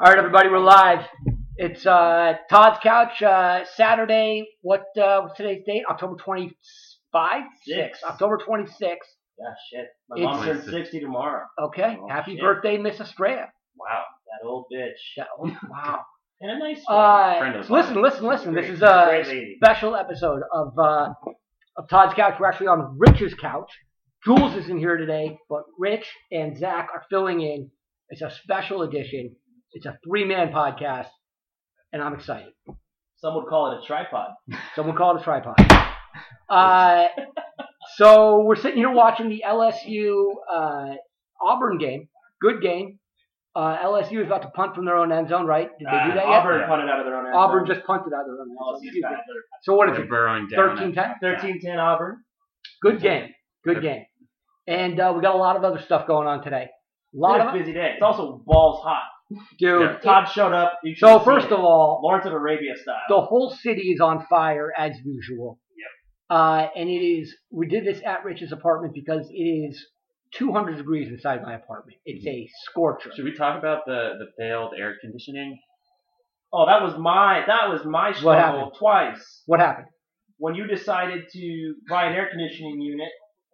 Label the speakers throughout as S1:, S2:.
S1: All right, everybody, we're live. It's uh, Todd's couch. Uh, Saturday. What? Uh, what's today's date? October twenty five.
S2: Six.
S1: October twenty sixth.
S2: Yeah, shit. My
S1: It's-
S2: mom turns 60 tomorrow.
S1: Okay.
S2: Oh,
S1: Happy
S2: shit.
S1: birthday, Miss Estrella.
S2: Wow, that old bitch.
S1: Yeah, oh, Wow.
S2: And a nice one.
S1: Uh,
S3: Friend of mine.
S1: listen, listen, listen. This
S2: Great-
S1: is a
S2: great lady.
S1: special episode of uh, of Todd's couch. We're actually on Rich's couch. Jules isn't here today, but Rich and Zach are filling in. It's a special edition. It's a three man podcast, and I'm excited.
S2: Some would call it a tripod.
S1: Someone call it a tripod. Uh, so we're sitting here watching the LSU uh, Auburn game. Good game. Uh, LSU is about to punt from their own end zone, right? Did they do
S2: Uh,
S1: that yet?
S2: Auburn
S3: Yeah.
S2: punted out of their own end
S1: Auburn
S2: zone.
S1: just punted out of their own end zone.
S2: LSU's
S1: Excuse me.
S2: got it.
S1: So what is
S3: They're
S1: it?
S3: burrowing down.
S1: 13 10?
S2: 13-10 Auburn.
S1: Good game. Good game. And uh, we got a lot of other stuff going on today. A lot
S2: What a
S1: of
S2: busy day. It's also balls hot.
S1: dude.
S3: Yeah.
S2: Todd showed up. You
S1: So first of all,
S2: Lawrence of Arabia style.
S1: the whole city is on fire as usual. Yep. Uh, and it is. We did this at Rich's apartment because it is 200 degrees inside my apartment. It's a scorcher.
S3: Should we talk about the, the failed air conditioning?
S2: oh, that was my that was my struggle
S1: happened?
S2: twice
S1: What happened?
S2: when you decided to buy an air conditioning unit.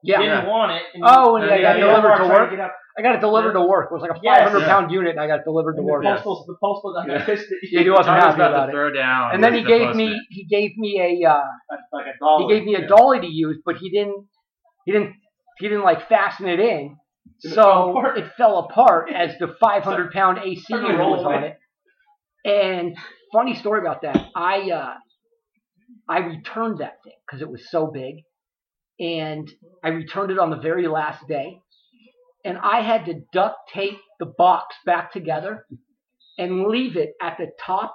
S1: Yeah.
S2: Didn't
S3: Yeah.
S2: want it. And
S1: Oh, and
S3: I got
S2: you-
S1: delivered to
S2: trying
S1: work?
S2: get up
S1: I got it delivered to work. It was like a
S2: Yes.
S1: 500 pound unit, and I got it delivered to
S2: and
S1: work.
S2: The postal, the postal, I
S3: Yeah.
S2: pissed at
S1: Yeah, he wasn't
S3: Todd was
S1: happy
S3: about,
S1: about
S3: to
S1: it.
S3: throw down.
S1: And then he
S3: with the
S1: gave me
S3: postman.
S1: he gave me a uh,
S2: like a
S1: he
S2: dollar.
S1: gave me a
S3: yeah.
S1: dolly to use, but he didn't he didn't he didn't like fasten it in.
S2: It fell
S1: So
S2: apart.
S1: it fell apart as the 500 pound AC
S2: Started to
S1: unit
S2: roll
S1: was on it. And funny story about that, I uh, I returned that thing because it was so big, and I returned it on the very last day, and I had to duct tape the box back together and leave it at the top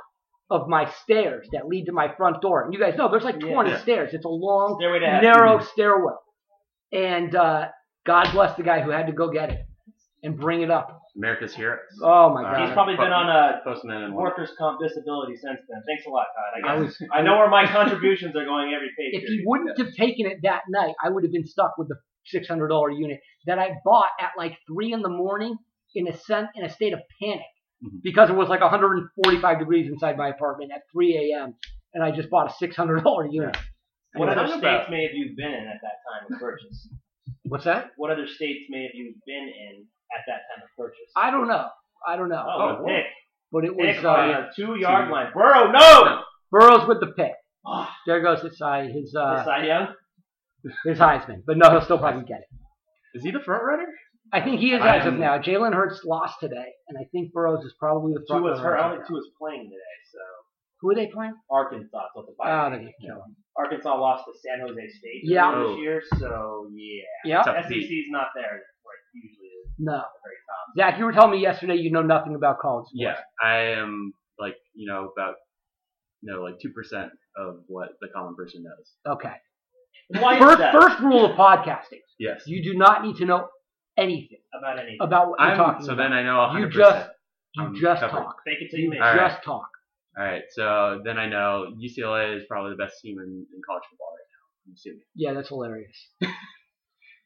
S1: of my stairs that lead to my front door. And you guys know there's like
S2: Yeah.
S1: 20 stairs. It's a long
S2: Stairway to heaven.
S1: narrow stairwell. And uh, God bless the guy who had to go get it and bring it up.
S3: America's Heroes.
S1: Oh my
S3: Uh,
S2: He's
S1: God.
S2: probably been on a
S3: Postman and Warren.
S2: workers' comp disability since then. Thanks a lot, Todd. I
S1: I
S2: guess
S1: was,
S2: I know where my contributions are going every pay
S1: if he
S2: period.
S1: wouldn't have taken it that night, I would have been stuck with the $600 unit that I bought at like three in the morning in a sen- in a state of panic
S2: Mm-hmm.
S3: Mhm.
S1: because it was like 145 degrees inside my apartment at 3 a.m. and I just bought a $600 unit.
S2: What
S1: Anyway,
S2: other
S3: talking
S2: states
S3: about?
S2: may have you been in at that time of purchase?
S1: what's that?
S2: What other states may have you been in at that time of purchase?
S1: I don't know. I don't know.
S2: oh,
S3: oh,
S2: what a pick.
S1: But it was
S2: Pick on
S1: uh,
S2: a two yard
S3: two-
S2: line. Burrow, no!
S1: Burrows with the pick.
S2: Ah,
S1: There goes his, uh, his uh,
S2: the Cy Young?
S1: his Heisman, but no, he'll still probably get it.
S3: Is he the front runner?
S1: I think he is
S3: I
S1: as of
S3: am-
S1: now. Jalen Hurts lost today, and I think Burrows is probably the
S2: Two
S1: front
S2: was
S1: runner.
S2: her. I
S1: as
S2: don't
S1: of
S2: think
S1: now.
S2: two was playing today, so
S1: Who are they playing?
S2: Arkansas. So the bye.
S1: Oh, they get killed.
S2: Arkansas lost to San Jose State
S1: Yeah.
S2: earlier
S3: Oh.
S2: this year, so yeah.
S1: Yeah,
S3: Tough beat.
S2: SEC's not there where it usually is
S1: no.
S2: at the very top.
S1: Zach, you were telling me yesterday you know nothing about college sports.
S3: Yeah, I am like you know about no like two percent of what the common person knows.
S1: Okay.
S2: Why is
S1: First,
S2: that
S1: first rule of podcasting:
S3: Yes,
S1: you do not need to know anything
S2: about anything?
S1: about what you're
S3: I'm,
S1: talking
S3: so
S1: about.
S3: then I know
S1: you
S3: 100%.
S1: just you
S3: I'm
S1: just
S3: covered.
S1: talk.
S2: Fake it till you
S1: You
S2: make
S1: just
S2: it.
S3: All right.
S1: talk.
S3: All right, so then I know UCLA is probably the best team in, in college football right now. I'm assuming.
S1: Yeah, that's hilarious.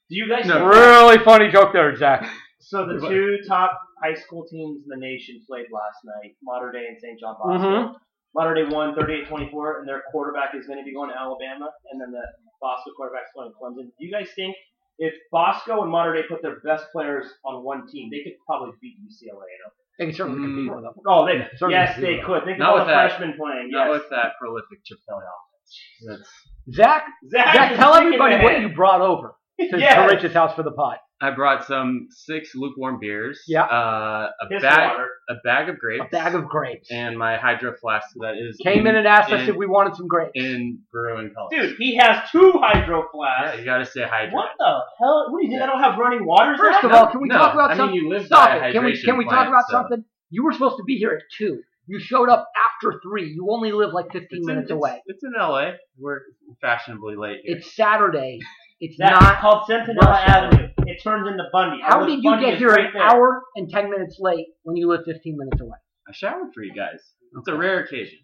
S2: Do you guys
S3: No.
S1: Really funny joke there, Zach.
S2: So the
S3: What?
S2: two top high school teams in the nation played last night, Modern Day and St. John Bosco.
S1: Mhm.
S2: Modern Day won 38-24, and their quarterback is going to be going to Alabama, and then the Bosco quarterback's going to Clemson. Do you guys think if Bosco and Modern Day put their best players on one team, they could probably beat UCLA? at all?
S1: They can certainly
S3: Mm.
S1: compete with them.
S2: Oh, they
S1: Certainly
S2: yes,
S1: do
S2: they
S1: that.
S2: could. Think
S3: Not
S2: about
S3: with
S2: the
S3: that.
S2: freshmen playing.
S3: Not
S2: Yes.
S3: with that prolific Chip Kelly offense. That's
S1: Zach,
S2: Zach,
S1: Zach,
S2: is
S1: tell
S2: shaking
S1: everybody
S2: their
S1: what
S2: head.
S1: you brought over to,
S2: Yes.
S1: to Rich's house for the pod.
S3: I brought some six lukewarm beers.
S1: Yeah.
S3: Uh, a
S2: Piss
S3: bag,
S2: water.
S3: a bag of grapes.
S1: A bag of grapes.
S3: and my hydro flask that is
S1: Came in and asked us
S3: in-
S1: if we wanted some grapes.
S3: in brewing color.
S2: Dude, he has two hydro
S3: yeah,
S2: flasks.
S3: you gotta stay hydrated.
S2: what the hell? What do you think? I don't have running water.
S1: First
S2: Zach?
S1: of all, can we
S3: No,
S1: talk about
S3: I mean,
S1: something?
S3: you live
S1: Stop
S3: by a
S1: it. Can we
S3: hydration
S1: can we talk
S3: plan,
S1: about
S3: so-
S1: something? You were supposed to be here at two. You showed up after three. You only live like fifteen
S3: It's in,
S1: minutes
S3: it's-
S1: away.
S3: It's in LA. We're fashionably late here.
S1: It's Saturday. It's
S2: That's
S1: not.
S2: called Centinela
S1: Rush Hour.
S2: Avenue. It turns into Bundy. I
S1: How
S2: live-
S1: did you
S2: Bundy
S1: get
S2: is
S1: here
S2: right
S1: an
S2: there.
S1: hour and ten minutes late when you live fifteen minutes away?
S3: I showered for you guys. It's a rare occasion.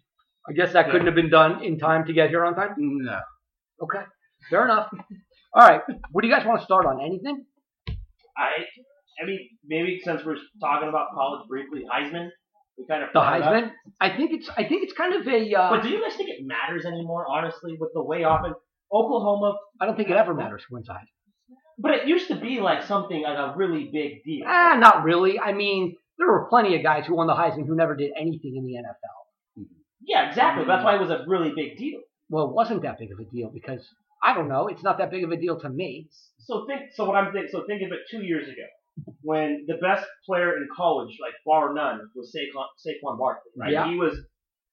S1: I guess that
S3: Yeah.
S1: couldn't have been done in time to get here on time.
S3: No.
S1: Okay, fair enough. All right, what do you guys want to start on? Anything?
S2: I, I mean, maybe since we're talking about college briefly, Heisman. We kind of
S1: The
S2: forgot about it.
S1: Heisman. I think it's I think it's kind of a.
S2: But
S1: Uh,
S2: do you guys think it matters anymore? Honestly, with the way often Oklahoma,
S1: I don't think it ever matters who wins the Heisman.
S2: but it used to be like something like a really big deal.
S1: Ah, not really. I mean, there were plenty of guys who won the Heisman who never did anything in the NFL.
S2: Yeah, exactly. That's why it was a really big deal.
S1: Well, it wasn't that big of a deal because I don't know. It's not that big of a deal to me.
S2: So think. So what I'm thinking. So think of it two years ago, when the best player in college, like bar none, was Saquon, Saquon Barkley. Right.
S1: Yeah.
S2: He was,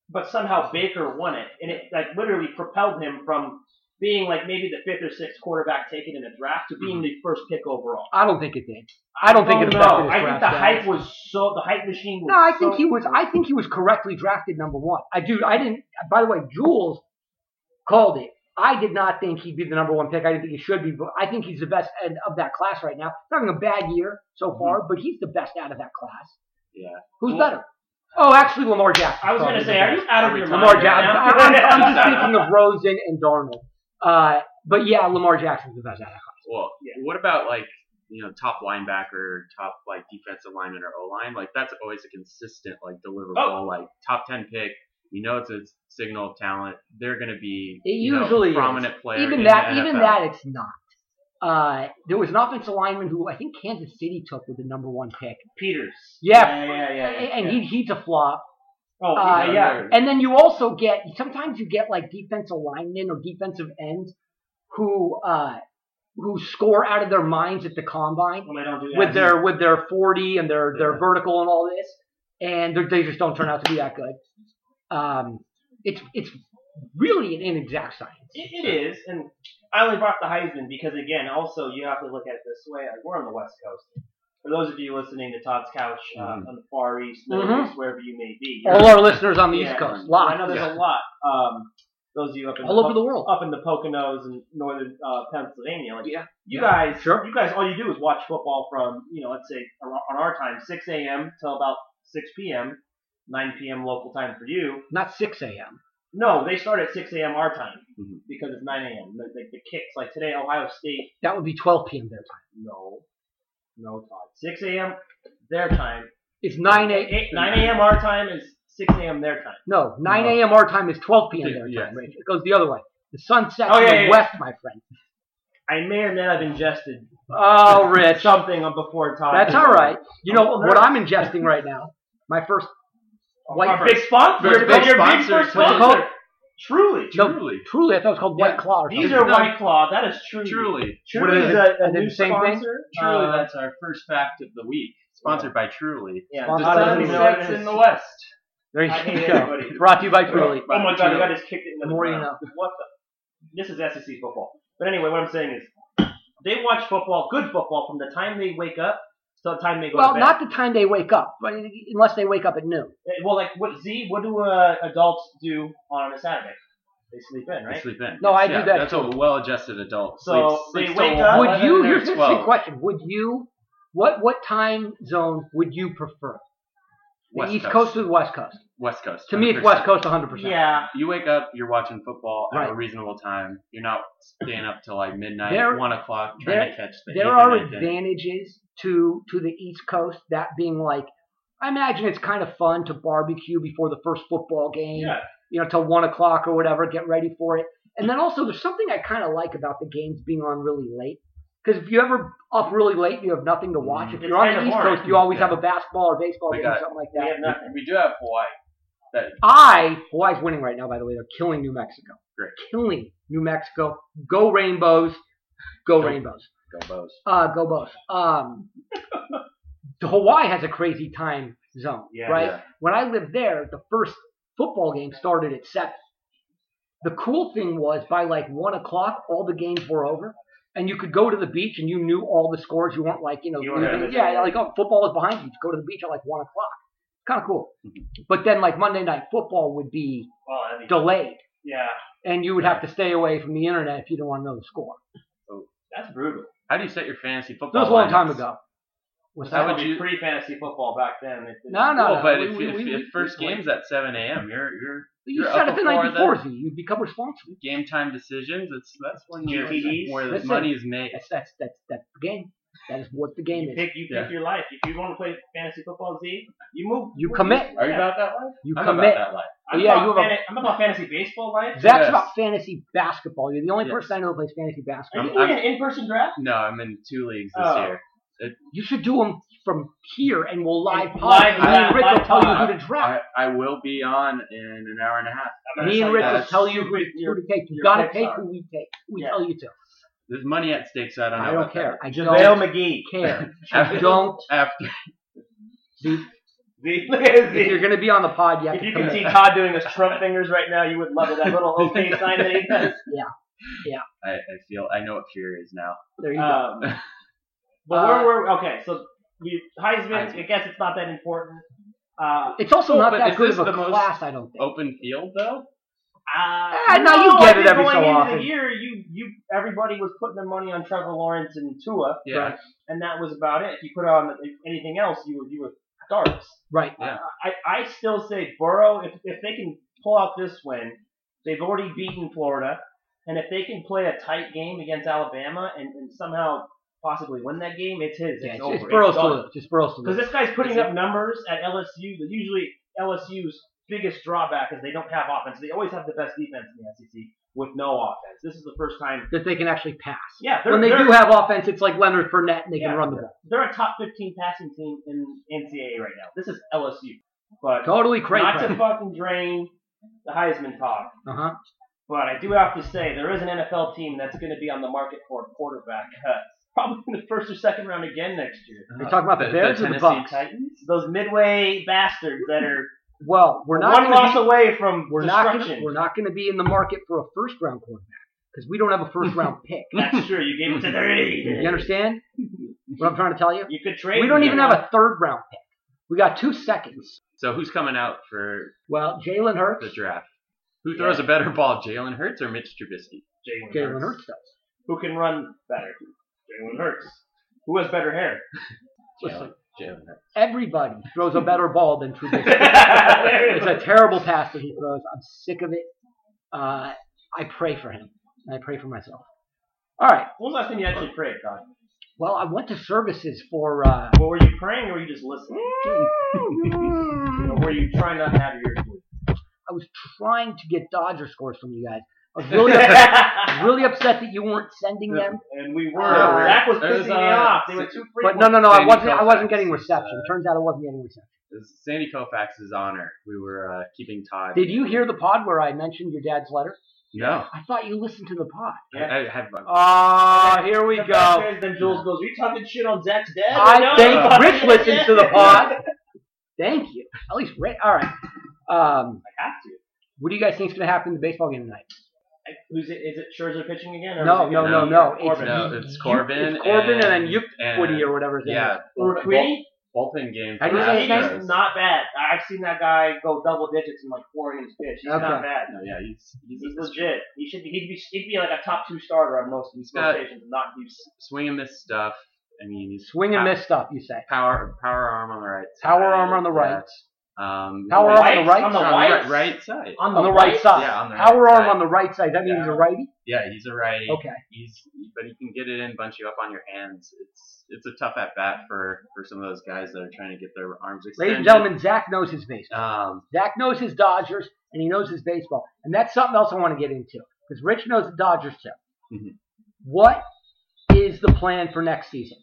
S2: but somehow Baker won it, and it like literally propelled him from being like maybe the fifth or sixth quarterback taken in the draft to being the first pick overall. Oh,
S1: I don't think it did. Mm-hmm. I don't think it
S2: no.
S1: affected his
S2: I think
S1: draft
S2: the
S1: status.
S2: hype was so the hype machine was.
S1: No, I think
S2: so-
S1: he was. I think he was correctly drafted number one. I do. I didn't. By the way, Jules called it. I did not think he'd be the number one pick. I didn't think he should be. But I think he's the best end of that class right now. He's having a bad year so far, but he's the best out of that class.
S3: Yeah.
S1: Who's
S2: Mm-hmm. Well-
S1: better? Oh, actually, Lamar Jackson.
S2: I was gonna
S1: probably
S2: say,
S1: the
S2: are you
S1: best.
S2: out of your mind?
S1: Lamar
S2: right
S1: Jackson?
S2: now?
S1: I'm, I'm- I'm just thinking of Rosen and Darnold. Uh, but yeah, Lamar Jackson's the best out of that class.
S3: Well,
S2: Yeah.
S3: what about like you know top linebacker, top like defensive lineman or O line? Like that's always a consistent like deliverable.
S2: Oh.
S3: Like top ten pick, you know it's a signal of talent. They're gonna be
S1: It
S3: you know,
S1: usually is.
S3: prominent player.
S1: Even
S3: in
S1: that,
S3: the
S1: even
S3: NFL.
S1: that, it's not. Uh, there was an offensive lineman who I think Kansas City took with the number one pick.
S2: Peters.
S1: Yeah.
S2: Yeah, yeah, yeah. yeah,
S1: and
S2: yeah.
S1: he he's a flop.
S2: Oh,
S1: uh,
S2: yeah, yeah.
S1: And then you also get sometimes you get like defensive linemen or defensive ends who uh, who score out of their minds at the combine
S2: When I don't do that.
S1: with their with their forty and their their
S3: Yeah.
S1: vertical and all this, and they're- they just don't turn out to be that good. Um, it's it's really an inexact science.
S2: It, it is, and I only brought the Heisman because, again, also you have to look at it this way. Like, we're on the West Coast. For those of you listening to Todd's Couch uh,
S3: Mhm.
S2: on the Far East, Middle
S1: Mhm.
S2: East, wherever you may be,
S1: All our listeners on the
S2: Yeah.
S1: East Coast,
S2: I know
S1: live
S2: there's a lot. Um, those of you up in
S1: all
S2: the,
S1: over the world.
S2: up in the Poconos and northern uh, Pennsylvania, like
S1: Yeah.
S2: you
S1: Yeah.
S2: guys,
S1: Sure.
S2: you guys, all you do is watch football from you know, let's say ar- on our time, 6 a.m. till about 6 p.m., 9 p.m. local time for you.
S1: Not six a.m.
S2: No, they start at 6 a.m. our time
S1: Mm-hmm.
S3: Mhm.
S2: because it's 9 a.m. The, the, the kicks, like today, Ohio State,
S1: That would be twelve p.m. their time.
S2: no, no time. 6 a.m. their time.
S1: It's nine a.m.
S2: Eight- 9 a.m. our time is 6 a.m. their time.
S1: No, 9
S2: Uh-huh.
S3: No.
S1: a.m. our time is 12 p.m.
S3: Yeah,
S1: their
S3: yeah.
S1: time, Rachel. It goes the other way. The sun sets
S2: Oh,
S1: in
S2: yeah,
S1: the
S2: yeah,
S1: west, my friend.
S2: I may or may not have ingested
S1: Oh, Rich.
S2: something before time.
S1: That's all right. You know
S2: Oh,
S1: what I'm ingesting right now? My first white.
S2: Our big sponsor.
S3: Your big
S2: your big
S3: sponsor.
S2: first
S3: What's
S1: it called?
S2: sponsor. Truly.
S1: No.
S3: Truly,
S1: Truly, I thought it was called
S2: Yeah.
S1: White Claw. Or
S2: These
S1: something.
S2: are White Claw. That is truly.
S3: truly,
S1: What
S2: Truly
S1: is
S2: is
S1: it?
S2: a, a
S1: Is it
S2: new
S1: the same thing?
S2: sponsor.
S3: truly.
S2: Uh,
S3: that's our first fact of the week. Sponsored by Truly.
S2: yeah.
S1: Sponsor.
S3: The
S1: I don't
S3: sun
S1: even know
S2: what it
S3: sets
S2: is.
S3: in the west.
S1: There
S2: I hate
S1: you go.
S2: everybody.
S1: Brought to you by Truly.
S2: Oh my god,
S3: Truly.
S2: the guy just kicked it into
S1: The
S2: the
S1: more you
S2: ground.
S1: know.
S2: What the? This is SEC football. But anyway, what I'm saying is, they watch football, good football, from the time they wake up to the time they go
S1: Well,
S2: to bed.
S1: not the time they wake up, but unless they wake up at noon.
S2: Eh, well, like what Z? What do uh, adults do on a Saturday? They sleep in,
S3: They
S2: right?
S3: sleep in.
S1: No, I do
S3: Yeah,
S1: that
S3: That's what a well-adjusted adult.
S2: So,
S3: sleeps,
S2: they
S3: sleeps till
S2: wake up-
S3: 11
S1: Would you?
S3: or
S1: Here's here's the
S3: 12.
S1: question. Would you? What what time zone would you prefer? The
S3: West
S1: East
S3: Coast.
S1: Coast or the West Coast?
S3: West Coast.
S1: To me, it's
S3: 100%.
S1: West Coast 100%.
S2: Yeah.
S3: You wake up, you're watching football at a
S1: Right.
S3: reasonable time. You're not staying up till like midnight,
S1: There-
S3: one o'clock, trying
S1: there-
S3: to catch the.
S1: there
S3: eighth or
S1: are
S3: ninth inning.
S1: advantages to to the East Coast. That being like, I imagine it's kind of fun to barbecue before the first football game.
S2: Yeah.
S1: You know, till one o'clock or whatever. Get ready for it. And then also, there's something I kind of like about the games being on really late. Because if you ever up really late, and you have nothing to watch. If
S2: It's
S1: you're on
S2: kinda
S1: the East
S2: boring.
S1: Coast, you always
S3: Yeah.
S1: have a basketball or baseball
S3: We
S1: game
S3: got-
S1: or something like
S2: We
S1: that.
S2: have nothing.
S3: We do have Hawaii.
S1: I Hawaii's winning right now. By the way, they're killing New Mexico.
S3: Great.
S1: Killing New Mexico. Go Rainbows. Go
S3: Go-
S1: Rainbows.
S3: Go Bows.
S1: Uh, go both. Um, Hawaii has a crazy time zone,
S2: Yeah,
S1: right?
S3: yeah.
S1: When I lived there, the first football game started at seven. The cool thing was by like one o'clock, all the games were over, and you could go to the beach and you knew all the scores. You weren't like you know,
S2: You weren't
S1: losing-
S2: having-
S1: yeah, like oh, football is behind you. Go to the beach at like one o'clock. Kind of cool.
S3: Mhm.
S1: But then like Monday night football would be
S2: Well, I mean,
S1: delayed,
S2: yeah,
S1: and you would have to stay away from the internet if you didn't want to know the score.
S2: that's brutal.
S3: How do you set your fantasy
S1: That
S3: football?
S1: was a long
S3: lineups?
S1: time ago. Was
S3: How
S2: That
S3: would
S2: would
S3: you-
S2: be pre fantasy football back then. It didn't-
S1: No, no.
S3: Well, but
S1: we-
S3: if,
S1: we-
S3: if,
S1: we-
S3: if
S1: we-
S3: first
S1: we-
S3: game's at 7 a.m., you're, you're
S1: You
S3: You're
S1: set
S3: up
S1: up the night
S3: before
S1: before, Z. You become responsible.
S3: game time decisions. It's that's when you're
S2: GTDs?
S3: where the
S1: Listen.
S3: money is made.
S1: That's that's that's that's the game. That is what the game
S2: you
S1: is.
S2: pick, you pick
S3: Yeah.
S2: your life. If you want to play fantasy football, Z, you move.
S1: You
S2: move-
S1: commit.
S4: Are you
S2: Yeah.
S4: about that life?
S1: You
S3: I'm
S1: commit.
S3: about that life.
S2: I'm,
S1: Yeah,
S2: about
S1: you have a-
S2: fanta- I'm about fantasy baseball life.
S1: Zach's
S3: Yes.
S1: about fantasy basketball. You're the only
S3: Yes.
S1: person I know who plays fantasy basketball.
S2: Are you
S3: I'm-
S2: doing an in-person draft?
S3: No, I'm in two leagues this
S2: Oh.
S3: year.
S1: You should do them from here, and we'll live
S2: And
S1: pod.
S2: live-
S1: me
S2: live-
S1: and Rick will
S2: live
S1: tell
S2: pod.
S1: you who to
S3: I,
S1: draft.
S3: I will be on in an hour and a half.
S2: I'm gonna
S1: me and
S2: tell you
S1: Rick will
S2: that.
S1: tell you who,
S2: Your-
S1: who to take. You
S2: your
S1: gotta
S2: picks
S1: take
S2: are.
S1: who we take. We
S2: Yeah.
S1: tell you to.
S3: There's money at stake, so I don't know.
S1: I don't
S3: about that.
S1: care. I don't
S2: JaVale McGee.
S1: care. I
S3: After-
S1: don't.
S3: After
S2: Z.
S1: If you're
S2: Z.
S1: gonna be on the pod, you have
S2: If
S1: to
S2: you can
S1: commit.
S2: see Todd doing his Trump fingers right now, you would love it. That little okay sign that he does.
S3: I, I feel I know what fear is now.
S1: There you go.
S2: Um, but
S1: Uh,
S2: where were okay? So we, Heisman. I
S3: Heisman.
S2: guess it's not that important. Uh,
S1: It's also
S3: Oh,
S1: not
S3: but
S1: that
S3: is
S1: good
S3: this
S1: of a
S3: the most-
S1: class, I don't think.
S3: Open field though.
S2: Uh,
S1: Eh, now you
S2: no,
S1: get
S2: I
S1: it
S2: think
S1: every
S2: going
S1: so
S2: into
S1: often.
S2: The year, you, you, everybody was putting their money on Trevor Lawrence and Tua,
S3: Yeah.
S1: Right.
S2: and that was about it. If you put on anything else, you were you were darts.
S1: Right.
S3: Yeah.
S2: I, I still say Burrow. If if they can pull out this win, they've already beaten Florida, and if they can play a tight game against Alabama and, and somehow possibly win that game, it's his.
S1: Yeah,
S2: it's
S1: it's,
S2: over.
S1: it's Burrow's to
S2: done.
S1: lose. It's Burrow's to
S2: Because
S1: lose.
S2: this guy's putting
S3: Is it-
S2: up numbers at LSU that usually LSU's biggest drawback is they don't have offense. They always have the best defense in the SEC with no offense. This is the first time.
S1: That they can actually pass.
S2: Yeah, they're,
S1: When they
S2: they're,
S1: do have offense, it's like Leonard Fournette, and they
S2: Yeah.
S1: can run the ball.
S2: they're a top 15 passing team in NCAA right now. This is LSU. But
S1: Totally crazy.
S2: not to fucking drain the Heisman talk.
S1: Uh huh.
S2: But I do have to say, there is an NFL team that's going to be on the market for a quarterback. probably in the first or second round again next year.
S1: Are you talking about the Bears or the
S3: Tennessee
S1: Bucks?
S2: Titans? Those midway bastards that are
S1: Well, we're not
S2: one
S1: gonna
S2: loss
S1: be,
S2: away from
S1: we're not
S2: destruction.
S1: gonna, we're not going to be in the market for a first round quarterback because we don't have a first round pick.
S2: That's true. You gave it to the Raiders.
S1: You understand what I'm trying to tell you?
S2: You could trade.
S1: We don't
S2: him.
S1: even have a third round pick. We got two seconds.
S3: So who's coming out for
S1: Well, Jalen
S3: the
S1: Hurts,
S3: draft? Who throws
S2: Yeah.
S3: a better ball, Jalen Hurts or Mitch Trubisky?
S1: Jalen Hurts does.
S2: Who can run better? Jalen Hurts. Who has better hair?
S1: Listen,
S3: Jalen Hurts.
S1: everybody throws a better ball than Trubisky.
S2: There it
S1: it's a
S2: is.
S1: terrible pass that he throws. I'm sick of it. Uh, I pray for him. And I pray for myself. All right.
S2: when was the last time you actually prayed, God?
S1: Well, I went to services for. Uh,
S2: Well, were you praying or were you just listening? Or were you trying not to have your ears bleed?
S1: I was trying to get Dodger scores from you guys. I was really, really upset that you weren't sending them.
S2: and we were.
S1: Uh,
S2: Zach was
S3: there
S2: pissing
S3: was,
S2: me
S3: uh,
S2: off. They were too
S1: But
S2: frequent.
S1: no, no, no. I
S3: Sandy
S1: wasn't. I wasn't
S3: Koufax,
S1: getting reception.
S3: uh,
S1: Turns out I wasn't getting reception.
S3: It's Sandy Koufax's honor. We were uh, keeping Todd.
S1: Did you hear the pod where I mentioned your dad's letter?
S3: No.
S1: I thought you listened to the pod.
S2: Yeah.
S3: I, I have.
S1: Ah, here we
S2: The fact
S1: go.
S2: is, Then Jules goes, "Are you talking shit on Zach's dad?"
S1: I
S2: No.
S1: think Rich listens to the pod. Thank you. At least Rick. All right. Um,
S2: I have to.
S1: what do you guys think's going to happen in the baseball game tonight?
S2: I- Who's it? Is it Scherzer pitching again? Or
S1: No,
S2: is it
S1: no,
S3: no,
S1: no, no.
S2: Corbin.
S3: No,
S1: Yu-
S3: it's Corbin
S1: It's Corbin and, then
S3: and-
S1: Yuk
S3: and-
S1: Woody or whatever his
S3: Yeah.
S1: name is.
S2: Urquidy?
S3: Bullpen game.
S1: How do you
S3: for
S1: say his
S2: Urquidy
S1: name?
S3: Astros.
S2: is not bad. I- I've seen that guy go double digits in like four innings pitch. He's
S1: Okay.
S2: not bad.
S3: No, yeah, he's, he's,
S2: He's legit. He should be. He'd be. He'd be like a top two starter on most of these
S3: got-
S2: rotations. Not he's.
S3: swing and miss stuff. I mean, he's
S1: Swing and
S3: pow-
S1: miss stuff, you say.
S3: Power, power arm on the right.
S1: Power
S3: side,
S1: arm on the right.
S3: Um,
S1: Power arm on the right
S2: On the
S3: on the
S1: side.
S3: right,
S2: whites?
S3: right side.
S2: Oh, On
S1: On the right side.
S3: Yeah, on the
S1: Power
S3: right
S1: arm
S3: side.
S1: on the right side. That means he's a righty?
S3: Yeah, he's a righty.
S1: Okay.
S3: He's but he can get it in, bunch you up on your hands. It's it's a tough at bat for for some of those guys that are trying to get their arms extended.
S1: Ladies and gentlemen, Zach knows his
S2: Uh.
S1: baseball.
S3: um,
S1: Zach knows his Dodgers and he knows his baseball. And that's something else I want to get into because Rich knows the Dodgers too.
S2: Mm-hmm.
S3: Mhm.
S1: What is the plan for next season?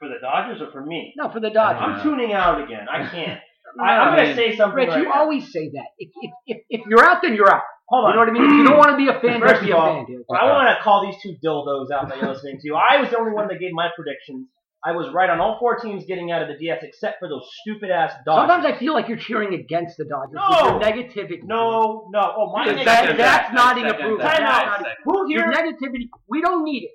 S2: For the Dodgers or for me?
S1: No, for the Dodgers.
S2: I'm
S3: Yeah.
S2: tuning out again. I can't. Uh-huh. I, I'm
S3: I
S2: gonna
S3: mean,
S2: say something.
S1: Uh, Rich,
S2: right
S1: you
S2: now.
S1: always say that. If, if, if, if you're out, then you're out.
S2: Hold on.
S1: You know what I mean? If you don't want to be a fan,
S2: First
S1: don't be a
S2: of all, uh,
S1: fan, dude.
S2: I want to call these two dildos out that you're listening to. I was the only one that gave my predictions. I was right on all four teams getting out of the DS except for those stupid ass Dodgers.
S1: Sometimes I feel like you're cheering against the Dodgers.
S2: No.
S1: With your negativity.
S2: no, no. Oh my
S1: Because
S2: nigga,
S1: that- that's nodding
S3: second
S1: approval.
S3: that.
S2: Time out.
S3: I second-
S2: who
S1: Your
S2: here
S1: negativity, we don't need it.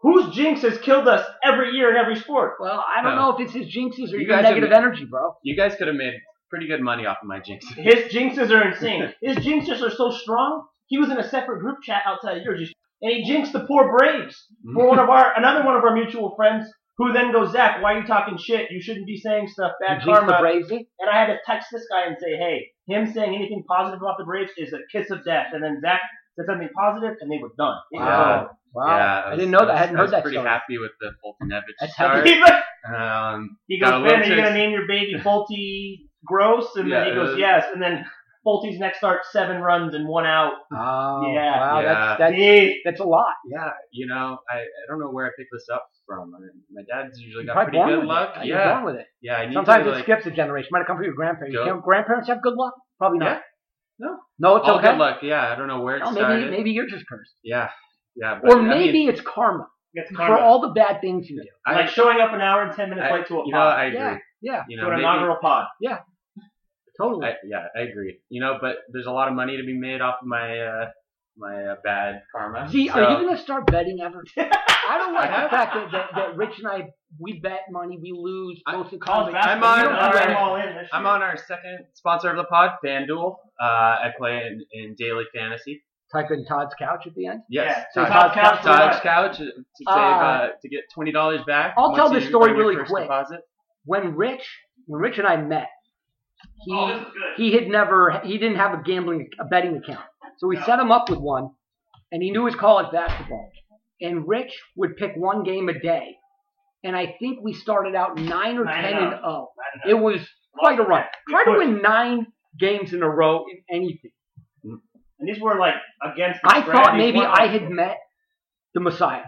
S2: whose jinx has killed us every year in every sport?
S1: Well, I don't
S3: No.
S1: know if it's his jinxes or
S3: You
S1: your
S3: guys
S1: negative
S3: have-
S1: energy, bro.
S3: You guys could have made pretty good money off of my jinx.
S2: His jinxes are insane. His jinxes are so strong. He was in a separate group chat outside of yours, and he jinxed the poor Braves for one of our another one of our mutual friends. Who then goes, Zach? Why are you talking shit? You shouldn't be saying stuff. Bad
S1: You jinx the
S2: karma.
S1: Braves. eh?
S2: And I had to text this guy and say, hey, him saying anything positive about the Braves is a kiss of death. And then Zach said something positive, and they were done. It was
S1: Wow.
S2: over.
S1: Wow.
S3: Yeah,
S1: I didn't know that. I hadn't
S3: was-
S1: heard that
S3: was pretty
S1: story.
S3: happy with the Fultonevich
S1: That's
S3: start.
S1: happy.
S3: Um,
S2: He
S3: Got a
S2: goes,
S3: little
S2: Ben, are you
S3: chase.
S2: gonna name your baby Fulty Gross? And then
S3: Yeah,
S2: he
S3: uh,
S2: goes, yes. And then Fulty's next start seven runs and one out.
S1: Oh,
S2: Yeah.
S1: wow.
S3: Yeah.
S1: That's, that's,
S2: Big.
S1: that's a lot.
S3: yeah, you know, I, I don't know where I picked this up from. I mean, my dad's usually
S1: You're probably
S3: got pretty
S1: born
S3: good
S1: with
S3: luck.
S1: it. You're
S3: Yeah,
S1: born with it.
S3: yeah. I need
S1: Sometimes
S3: to,
S1: it
S3: like,
S1: skips a generation. Might have come from your grandparents.
S3: Go.
S1: Your grandparents have good luck? Probably not.
S3: Yeah.
S1: No. No, it's
S3: all
S1: okay.
S3: good luck. Yeah, I don't know where it
S1: No,
S3: started.
S1: maybe, maybe you're just cursed.
S3: Yeah, yeah. But,
S1: Or
S3: I
S1: maybe
S3: mean,
S1: it's karma
S2: Gets
S1: for
S2: karma.
S1: all the bad things you do.
S3: I,
S2: like showing up an hour and ten minutes
S3: I-
S2: late to a pod.
S3: you know, I agree.
S1: Yeah, yeah.
S3: You
S2: to
S3: know,
S2: an
S3: maybe-
S2: inaugural pod.
S1: Totally.
S3: I, yeah, I agree. You know, but there's a lot of money to be made off of my uh, my uh, bad karma.
S1: Z,
S3: so-
S1: are you gonna start betting ever? I don't like
S3: I
S1: the
S3: have.
S1: fact that, that, that Rich and I we bet money, we lose,
S3: I-
S1: both the
S2: College
S1: college.
S3: I'm
S2: basketball,
S3: on-
S2: you don't have to
S3: I'm on-
S2: all in this
S3: I'm
S2: year.
S3: on our second sponsor of the pod, FanDuel. Uh, I play in, in daily fantasy.
S1: Type in Todd's couch at the end.
S3: Yes,
S2: Yeah, so
S3: Todd-
S2: Todd's couch for
S3: Todd's
S2: what?
S3: couch to save uh,
S1: Uh,
S3: to get twenty dollars back.
S1: I'll
S3: once
S1: tell this
S3: you
S1: story
S3: earn your
S1: really
S3: first
S1: quick.
S3: Deposit.
S1: When Rich, when Rich and I met, he
S2: Oh, this is good.
S1: he had never he didn't have a gambling a betting account, so we
S2: No.
S1: set him up with one, and he knew his college basketball. And Rich would pick one game a day, and I think we started out nine or
S2: Nine
S1: ten
S2: and
S1: and oh.
S2: I
S1: It
S2: don't know.
S1: was quite a run.
S2: Good
S1: Try to
S2: push.
S1: win nine games in a row in anything.
S2: And these were like against. The
S1: I
S2: spread.
S1: thought
S2: These
S1: maybe
S2: weren't,
S1: I
S2: like-
S1: had met the Messiah,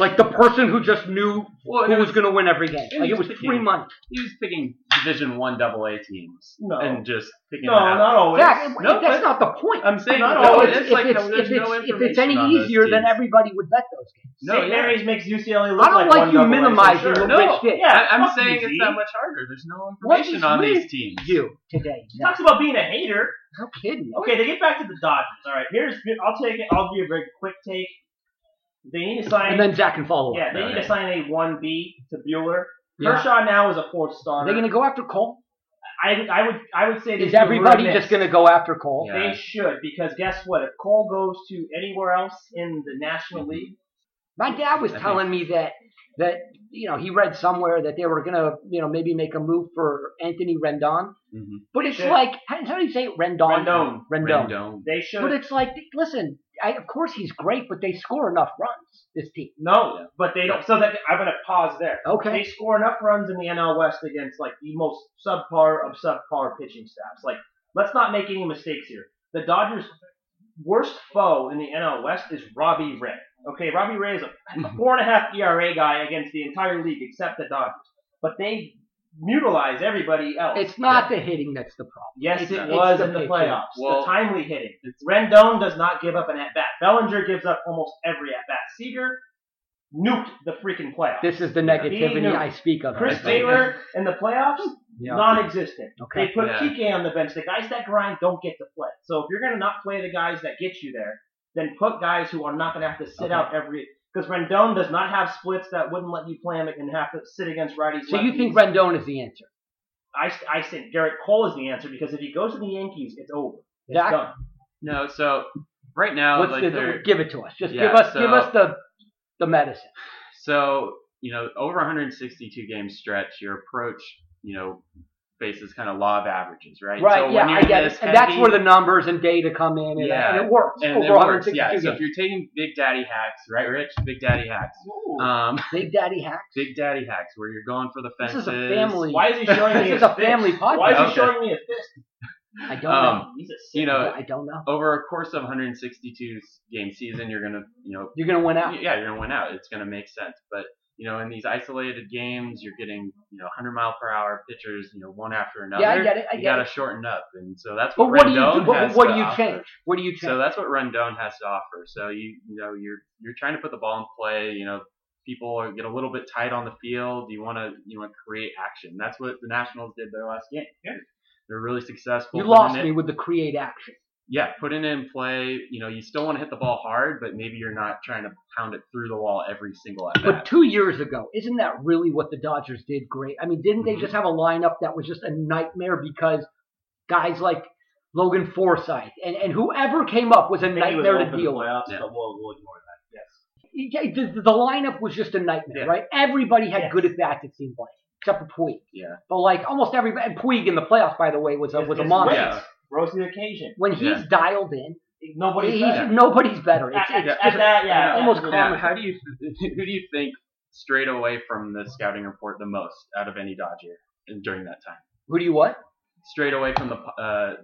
S1: like the person who just knew
S3: Well,
S1: who
S3: it
S1: was
S3: was-
S1: going to win every game.
S3: it
S1: Like it
S3: was
S1: was
S3: the
S1: three
S3: game.
S1: months.
S3: He was picking Division One Double A teams
S2: No.
S3: and just picking
S2: No,
S3: it out.
S2: not always.
S1: Zach, it-
S3: no,
S1: that's
S3: but-
S1: not the point.
S3: I'm saying
S2: Not
S3: no,
S2: always.
S3: it's
S1: if
S3: like
S1: it's,
S3: no, there's
S1: if it's,
S3: no
S1: if it's
S3: information
S1: any
S3: on those
S1: easier, then
S3: teams.
S1: everybody would bet those games.
S3: No,
S2: St.
S3: yeah.
S2: Mary's makes UCLA look
S1: I don't like
S2: like
S1: you
S2: one double A, so
S1: minimizing
S2: sure.
S1: what
S3: No.
S1: Rich did.
S2: Yeah.
S3: I, I'm
S2: fuck
S3: saying
S2: you,
S3: it's
S2: G.
S3: not much harder. There's no
S1: What
S3: information
S1: is
S3: on
S1: with
S3: these teams.
S1: You today, Zach.
S2: Talks about being a hater.
S1: no kidding.
S2: Okay, to get back to the Dodgers. All right, here's I'll take it. I'll do a very quick take. They need to sign.
S1: And then Zach can follow. up.
S2: yeah, they need to
S3: Okay.
S2: sign a one B to Bueller.
S1: Yeah.
S2: Kershaw now is a fourth
S1: Are
S2: starter.
S1: they going to go after Cole?
S2: I I would I would say they
S1: Is
S2: do a
S1: everybody
S2: real
S1: just
S2: mix.
S1: going to go after Cole?
S3: Yeah.
S2: They should because guess what? If Cole goes to anywhere else in the National
S3: Mhm.
S2: League,
S1: My dad was
S3: I think-
S1: telling me that that you know he read somewhere that they were gonna you know maybe make a move for Anthony Rendon,
S3: Mhm.
S1: but it's
S2: Yeah.
S1: like how, how do you say it? Rendon?
S2: Rendon.
S1: Rendon.
S3: Rendon.
S2: they should.
S1: But it's like listen, I, of course he's great, but they score enough runs. This team.
S2: no,
S3: Yeah.
S2: but they don't. So that I'm gonna pause there.
S1: Okay.
S2: They score enough runs in the NL West against like the most subpar of subpar pitching staffs. Like, let's not make any mistakes here. The Dodgers' worst foe in the NL West is Robbie Ray. Okay, Robbie Ray is a four and a half ERA guy against the entire league except the Dodgers. But they mutilize everybody else.
S1: It's not the hitting that's the problem.
S2: yes,
S1: it's-
S2: it
S1: it's
S2: was
S1: the
S2: in the
S1: pitching.
S2: playoffs.
S3: Well-
S2: the timely hitting. Rendon does not give up an at bat. Bellinger gives up almost every at bat. Seager nuked the freaking playoffs.
S1: This is the
S3: Yeah.
S2: He knew.
S1: negativity I speak of.
S2: Chris
S3: I think-
S2: Taylor in the playoffs,
S1: Yeah.
S2: non-existent.
S1: Okay.
S2: They put
S3: Yeah.
S2: Kike on the bench. The guys that grind don't get to play. So if you're going to not play the guys that get you there, then put guys who are not going to have to sit
S1: Okay.
S2: out every. Because Rendon does not have splits that wouldn't let you play him and have to sit against righties.
S1: So you
S2: lefties.
S1: think Rendon is the answer?
S2: I, I think Garrett Cole is the answer because if he goes to the Yankees, it's over. It's
S1: Zach,
S2: done.
S3: No, so right now,
S1: What's
S3: like
S1: the,
S3: they're-
S1: give it to us. Just
S3: Yeah,
S1: give us give
S3: so-
S1: us the the medicine.
S3: so you know over 162 game stretch, your approach, you know, faces kind of law of averages, right?
S1: Right,
S3: So
S1: yeah,
S3: when you're
S1: I get it.
S3: this
S1: And that's
S3: heavy-
S1: where the numbers and data come in, and,
S3: Yeah.
S1: and it works.
S3: and
S1: over
S3: it works,
S1: 162
S3: yeah. So if
S1: games.
S3: you're taking Big Daddy hacks, right, Rich? Big Daddy hacks. Um,
S1: Big Daddy Hack.
S3: Big Daddy hacks, where you're going for the
S1: This is
S3: fences.
S1: a family.
S2: Why is he showing me
S1: This
S2: his
S1: is a
S2: fist?
S1: family podcast.
S2: Why is he
S3: Okay.
S2: showing me a fist?
S1: I don't know.
S3: Um,
S2: He's a sick
S3: you know,
S1: I don't know.
S3: over a course of 162 game season, you're gonna, you know,
S1: You're gonna win out.
S3: yeah, you're gonna win out. It's gonna make sense. But you know, in these isolated games, you're getting you know 100 mile per hour pitchers, you know, one after another.
S1: Yeah, I get it. I
S3: you
S1: get
S3: gotta
S1: it.
S3: shorten up, and so that's
S1: But
S3: what
S1: what do you
S3: Rendon
S1: do? But
S3: has
S1: what
S3: to
S1: do you
S3: offer.
S1: change? What do you change?
S3: So that's what Rendon has to offer. So you you know you're you're trying to put the ball in play. You know, people are, get a little bit tight on the field. You want to you want to create action. That's what the Nationals did their last game. They're really successful.
S1: you
S3: putting
S1: lost
S3: it-
S1: me with the create action.
S3: yeah, putting it in play. You know, you still want to hit the ball hard, but maybe you're not trying to pound it through the wall every single
S1: But
S3: at bat.
S1: two years ago, isn't that really what the Dodgers did great? I mean, didn't they
S3: Mhm.
S1: just have a lineup that was just a nightmare because guys like Logan Forsythe and, and whoever came up was a
S2: Maybe he was
S1: nightmare to
S2: hoping
S1: deal
S2: the
S1: with.
S2: playoffs,
S3: Yeah.
S2: but we'll, we'll ignore that. Yes.
S1: Yeah, The, the lineup was just a nightmare,
S3: Yeah.
S1: right? Everybody had
S2: Yes.
S1: good at bats, it seemed like, except for Puig.
S3: Yeah.
S1: But like almost everybody, and Puig in the playoffs, by the way, was a, was a
S2: His- his
S1: monster.
S3: Yeah.
S2: weight rose to the occasion.
S1: When he's
S3: Yeah.
S1: dialed in,
S2: Nobody's
S1: He's-
S2: better. Uh,
S1: Nobody's better. It's,
S2: At, at-
S1: it's,
S2: at that, yeah.
S1: almost
S3: now,
S1: comical.
S3: How do you who do you think strayed away from the scouting report the most out of any Dodger during that time?
S1: who do you what?
S3: Strayed away from the uh,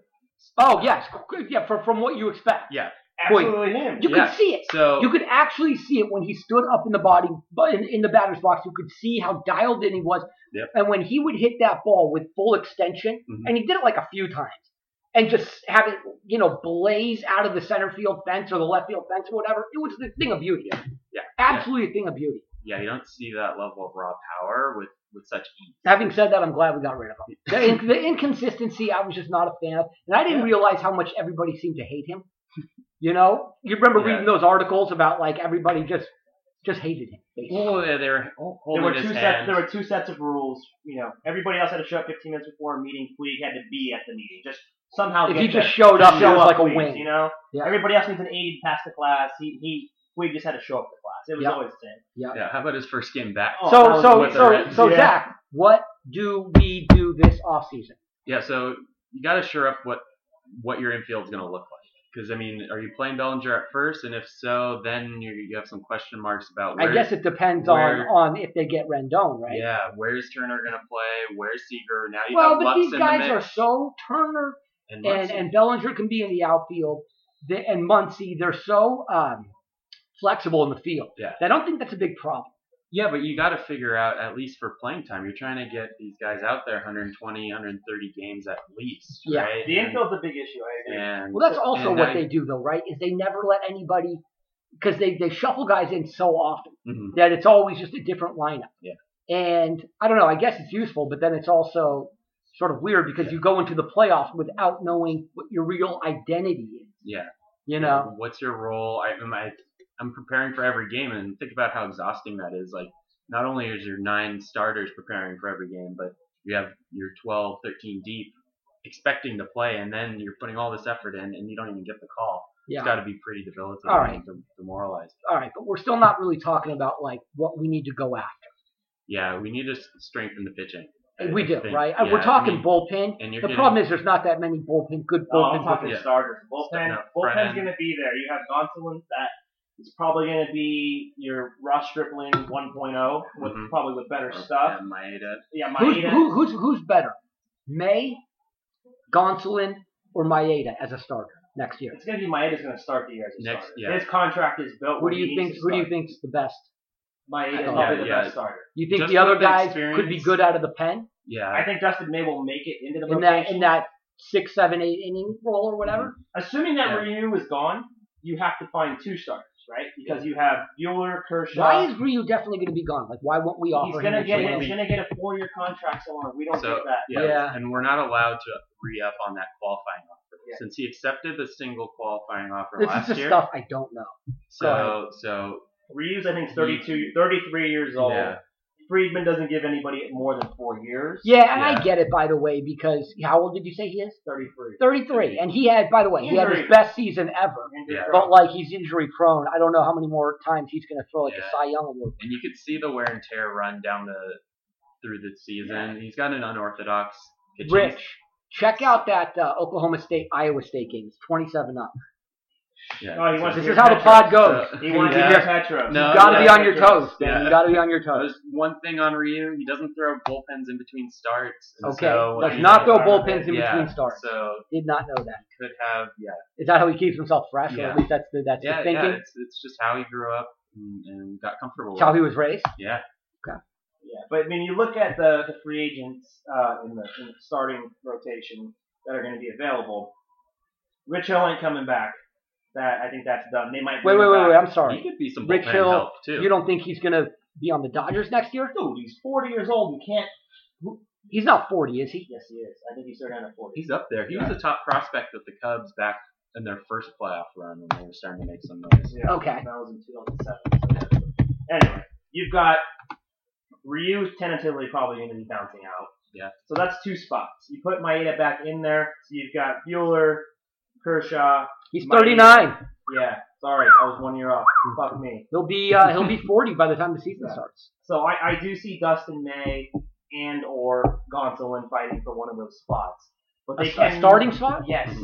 S1: Oh yes, Qu- yeah. From, from what you expect,
S2: absolutely him.
S1: you
S3: Yeah.
S1: could see it.
S3: so
S1: You could actually see it when he stood up in the body, but in, in the batter's box, you could see how dialed in he was.
S3: Yep.
S1: And when he would hit that ball with full extension,
S3: Mhm.
S1: and he did it like a few times, and just have it, you know, blaze out of the center field fence or the left field fence or whatever, it was the thing of beauty.
S3: Yeah.
S1: Absolutely a thing of beauty.
S3: yeah, you don't see that level of raw power with with such ease.
S1: Having said that, I'm glad we got rid of him. The, in, the inconsistency, I was just not a fan of, and I didn't
S3: Yeah.
S1: realize how much everybody seemed to hate him. You know, you remember
S3: Yeah.
S1: reading those articles about like everybody just just hated him. Basically.
S3: Well, they they were
S1: Oh,
S2: There
S3: holding
S2: were
S3: his
S2: two sets.
S3: hand.
S2: There were two sets of rules. You know, everybody else had to show up 15 minutes before a meeting. Puig had to be at the meeting. Just somehow
S1: if
S2: get
S1: he
S2: there.
S1: just showed up, it
S2: show
S1: was like a
S2: please,
S1: win.
S2: You know,
S1: Yeah.
S2: everybody else needs an aid past the class. He he. Puig just had to show up to class. It was
S1: Yeah.
S2: always the same.
S3: yeah, how about his first game back?
S2: Oh, that
S1: so,
S2: was
S1: so,
S3: with the
S1: so,
S3: Reds.
S1: so,
S2: Yeah.
S1: Zach, what do we do this offseason?
S3: Yeah, so you got to sure up what what your infield's going to look like. Because I mean, are you playing Bellinger at first? And if so, then you, you have some question marks about where.
S1: I guess it depends
S3: where-
S1: on on if they get Rendon, right?
S3: Yeah, where's Turner going to play? Where's Seager? Now you
S1: Well,
S3: have
S1: but
S3: Lux
S1: these
S3: in
S1: guys
S3: the
S1: are
S3: mix.
S1: so Turner
S3: and Lux
S1: and, and Bellinger can be in the outfield, they, and Muncy, they're so um, flexible in the field.
S3: Yeah.
S1: I don't think that's a big problem.
S3: Yeah, but you got to figure out at least for playing time. You're trying to get these guys out there 120, 130 games at least,
S1: Yeah.
S3: right?
S2: The
S3: And-
S2: infield's a big issue. I agree.
S3: And
S1: Well, that's also
S3: and
S1: what
S3: I-
S1: they do, though, right? Is they never let anybody because they, they shuffle guys in so often.
S3: Mhm.
S1: that it's always just a different lineup.
S3: Yeah.
S1: And I don't know, I guess it's useful, but then it's also sort of weird because you go into the playoffs without knowing what your real identity is.
S3: Yeah.
S1: You know?
S3: what's your role? I, am I, I'm preparing for every game, and think about how exhausting that is. Like, not only is your nine starters preparing for every game, but you have your 12, 13 deep expecting to play, and then you're putting all this effort in, and you don't even get the call. It's
S1: Yeah.
S3: got to be pretty debilitating
S1: All right.
S3: and de- demoralizing.
S1: All right, but we're still not really talking about like what we need to go after.
S3: Yeah, we need to s- strengthen the pitching. I-
S1: we
S3: I
S1: do,
S3: think.
S1: right? And
S3: Yeah,
S1: we're
S3: I
S1: talking
S3: mean,
S1: bullpen.
S3: and
S1: The
S3: you're getting-
S1: problem is there's not that many bullpen good
S2: No, I'm
S1: bullpen.
S2: talking
S3: Yeah.
S2: starters. Bullpen,
S3: No, front
S2: bullpen's
S3: end.
S2: going to be there. You have Gonsolin that is probably going to be your Ross Stripling 1.0 with
S3: Mhm.
S2: probably with better
S3: or-
S2: stuff.
S3: yeah, Maeda.
S2: Yeah,
S1: who's,
S2: Maeda.
S1: who, who's who's better, May, Gonsolin, or Maeda as a starter next year?
S2: It's going to be Maeda's going to start the year as a
S3: Next-
S2: starter.
S3: yeah.
S2: His contract is built.
S1: Who do
S2: where
S1: you
S2: he
S1: think?
S2: needs to
S1: Who do you
S2: start.
S1: think's the best?
S2: Maeda's
S1: Yeah,
S2: probably the
S3: yeah.
S2: best starter.
S1: You think
S3: Just
S1: the other
S3: with the
S1: guys could be
S3: experience.
S1: good out of the pen?
S3: Yeah,
S2: I think Dustin May will make it into the
S1: in that
S2: rotation.
S1: in that six, seven, eight inning roll or whatever.
S2: Assuming that
S3: Yeah.
S2: Ryu is gone, you have to find two starters, right? Because you have Bueller, Kershaw.
S1: Why is Ryu definitely going to be gone? Like, why won't we offer
S2: Mm-hmm. he's
S1: him?
S2: gonna
S1: a
S2: get
S1: trade?
S2: he's gonna get a four year contract somewhere. We don't
S3: So-
S2: get that.
S3: Yeah,
S1: Yeah.
S3: and we're not allowed to re-up on that qualifying offer
S2: Yeah.
S3: since he accepted the single qualifying offer
S1: This is
S3: last
S1: just
S3: year.
S1: stuff I don't know.
S3: So so
S2: Reeves, I think, is 32, 33 years old.
S3: Yeah.
S2: Friedman doesn't give anybody more than four years.
S1: Yeah, and I
S3: Yeah.
S1: get it by the way because how old did you say he is?
S2: 33.
S1: Thirty-three, and he had by the way he had his
S2: Injury.
S1: best season ever.
S2: Andrew
S3: Yeah.
S2: Brown.
S1: But like he's injury prone. I don't know how many more times he's going to throw like
S3: Yeah.
S1: a Cy Young award.
S3: and you could see the wear and tear run down the through the season. He's got an unorthodox pitching.
S1: Rich, check out that uh, Oklahoma State Iowa State game. It's twenty-seven up.
S3: Yeah.
S2: Oh, he wants
S1: This
S2: to
S1: is
S2: be
S1: how the
S2: Petros.
S1: pod goes.
S3: So-
S2: He wants
S1: Yeah.
S2: to be Petro.
S3: No,
S1: you got to
S3: yeah,
S1: be on your toes, man.
S3: Yeah.
S1: You got to be on your toes.
S3: There's one thing on Ryu. He doesn't throw bullpens in between starts. and
S1: Okay,
S3: so,
S1: does
S3: you
S1: not
S3: know,
S1: throw bullpens in
S3: yeah,
S1: between starts.
S3: So
S1: Did not know that.
S3: could have yeah
S1: Is that how he keeps himself fresh? Or
S3: Yeah.
S1: at least that's the that's
S3: yeah
S1: the
S3: yeah.
S1: thinking.
S3: It's, it's just how he grew up and, and got comfortable.
S1: It's how
S3: with
S1: he was raised.
S3: it. Yeah.
S2: Yeah, but I mean, you look at the, the free agents uh, in, the, in the starting rotation that are going to be available. Rich Hill ain't coming back. That I think that's done. They might.
S1: Wait,
S2: bring
S1: wait,
S2: him
S1: wait, wait.
S2: back.
S1: I'm sorry.
S3: He could be some
S1: Rich
S3: bullpen
S1: Hill,
S3: help too.
S1: You don't think he's gonna be on the Dodgers next year?
S2: Dude, he's 40 years old. You can't.
S1: He's not 40, is he?
S2: Yes, he is. I think he's still down at 40.
S3: He's up there. He was a top prospect with the Cubs back in their first playoff run when they were starting to make some noise.
S2: Yeah,
S1: Okay.
S2: That was in 2007. So, yeah. Anyway, you've got Ryu tentatively probably going to be bouncing out.
S3: Yeah.
S2: So that's two spots. You put Maeda back in there. So you've got Bueller, Kershaw.
S1: He's
S2: Might be.
S1: 39.
S2: Yeah. Sorry, I was one year off. Fuck me.
S1: He'll be uh, he'll be 40 by the time the season
S2: Yeah.
S1: starts.
S2: So I, I do see Dustin May and or Gonsolin fighting for one of those spots. But
S1: A,
S2: they
S1: s- a
S2: can
S1: starting spot?
S2: Yes.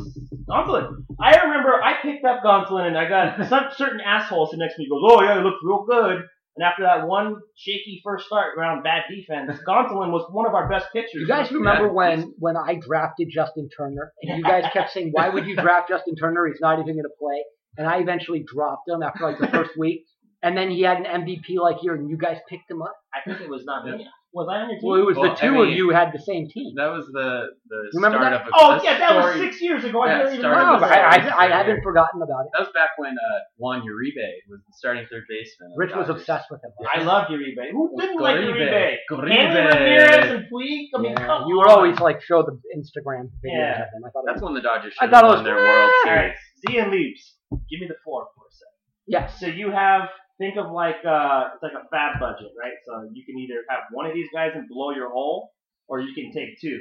S2: Gonsolin. I remember I picked up Gonsolin and I got some certain asshole sitting next to me goes, Oh yeah, he looked real good. And after that one shaky first start round bad defense, Gonsolin was one of our best pitchers.
S1: You guys remember when when I drafted Justin Turner, and you guys kept saying, "Why would you draft Justin Turner? He's not even going to play." And I eventually dropped him after like the first week, and then he had an MVP like year, and you guys picked him up.
S2: I think it was not me. Was I on your team?
S1: Well, it was the
S3: Well, I
S1: two of
S3: mean-
S1: you had the same team.
S3: That was the the
S1: Remember
S3: start
S1: that?
S3: of a
S2: oh
S3: a
S2: yeah, that was
S3: story-
S2: six years ago. I
S3: Yeah,
S2: barely
S3: started
S1: No, but
S2: remember.
S3: with
S2: that.
S1: I,
S3: Sorry.
S1: I, I haven't forgotten about it.
S3: That was back when uh, Juan Uribe was the starting third baseman. of
S1: Rich was
S3: Dodgers.
S1: obsessed with him.
S2: I love Uribe. Who didn't like Uribe?
S3: Uribe.
S2: Andy Ramirez and Puig. I mean,
S1: Yeah,
S2: come
S1: you were
S2: on.
S1: always like show the Instagram videos
S2: Yeah.
S1: of him. I thought it
S3: That's
S1: was,
S3: when the Dodgers
S1: I
S3: should
S1: thought it
S3: have won
S1: was-
S3: their World
S2: All right,
S3: Series.
S2: Z and Leaps. Give me the four for a second.
S1: yes.
S2: So you have think of like uh, it's like a fab budget, right? So you can either have one of these guys and blow your hole, or you can take two.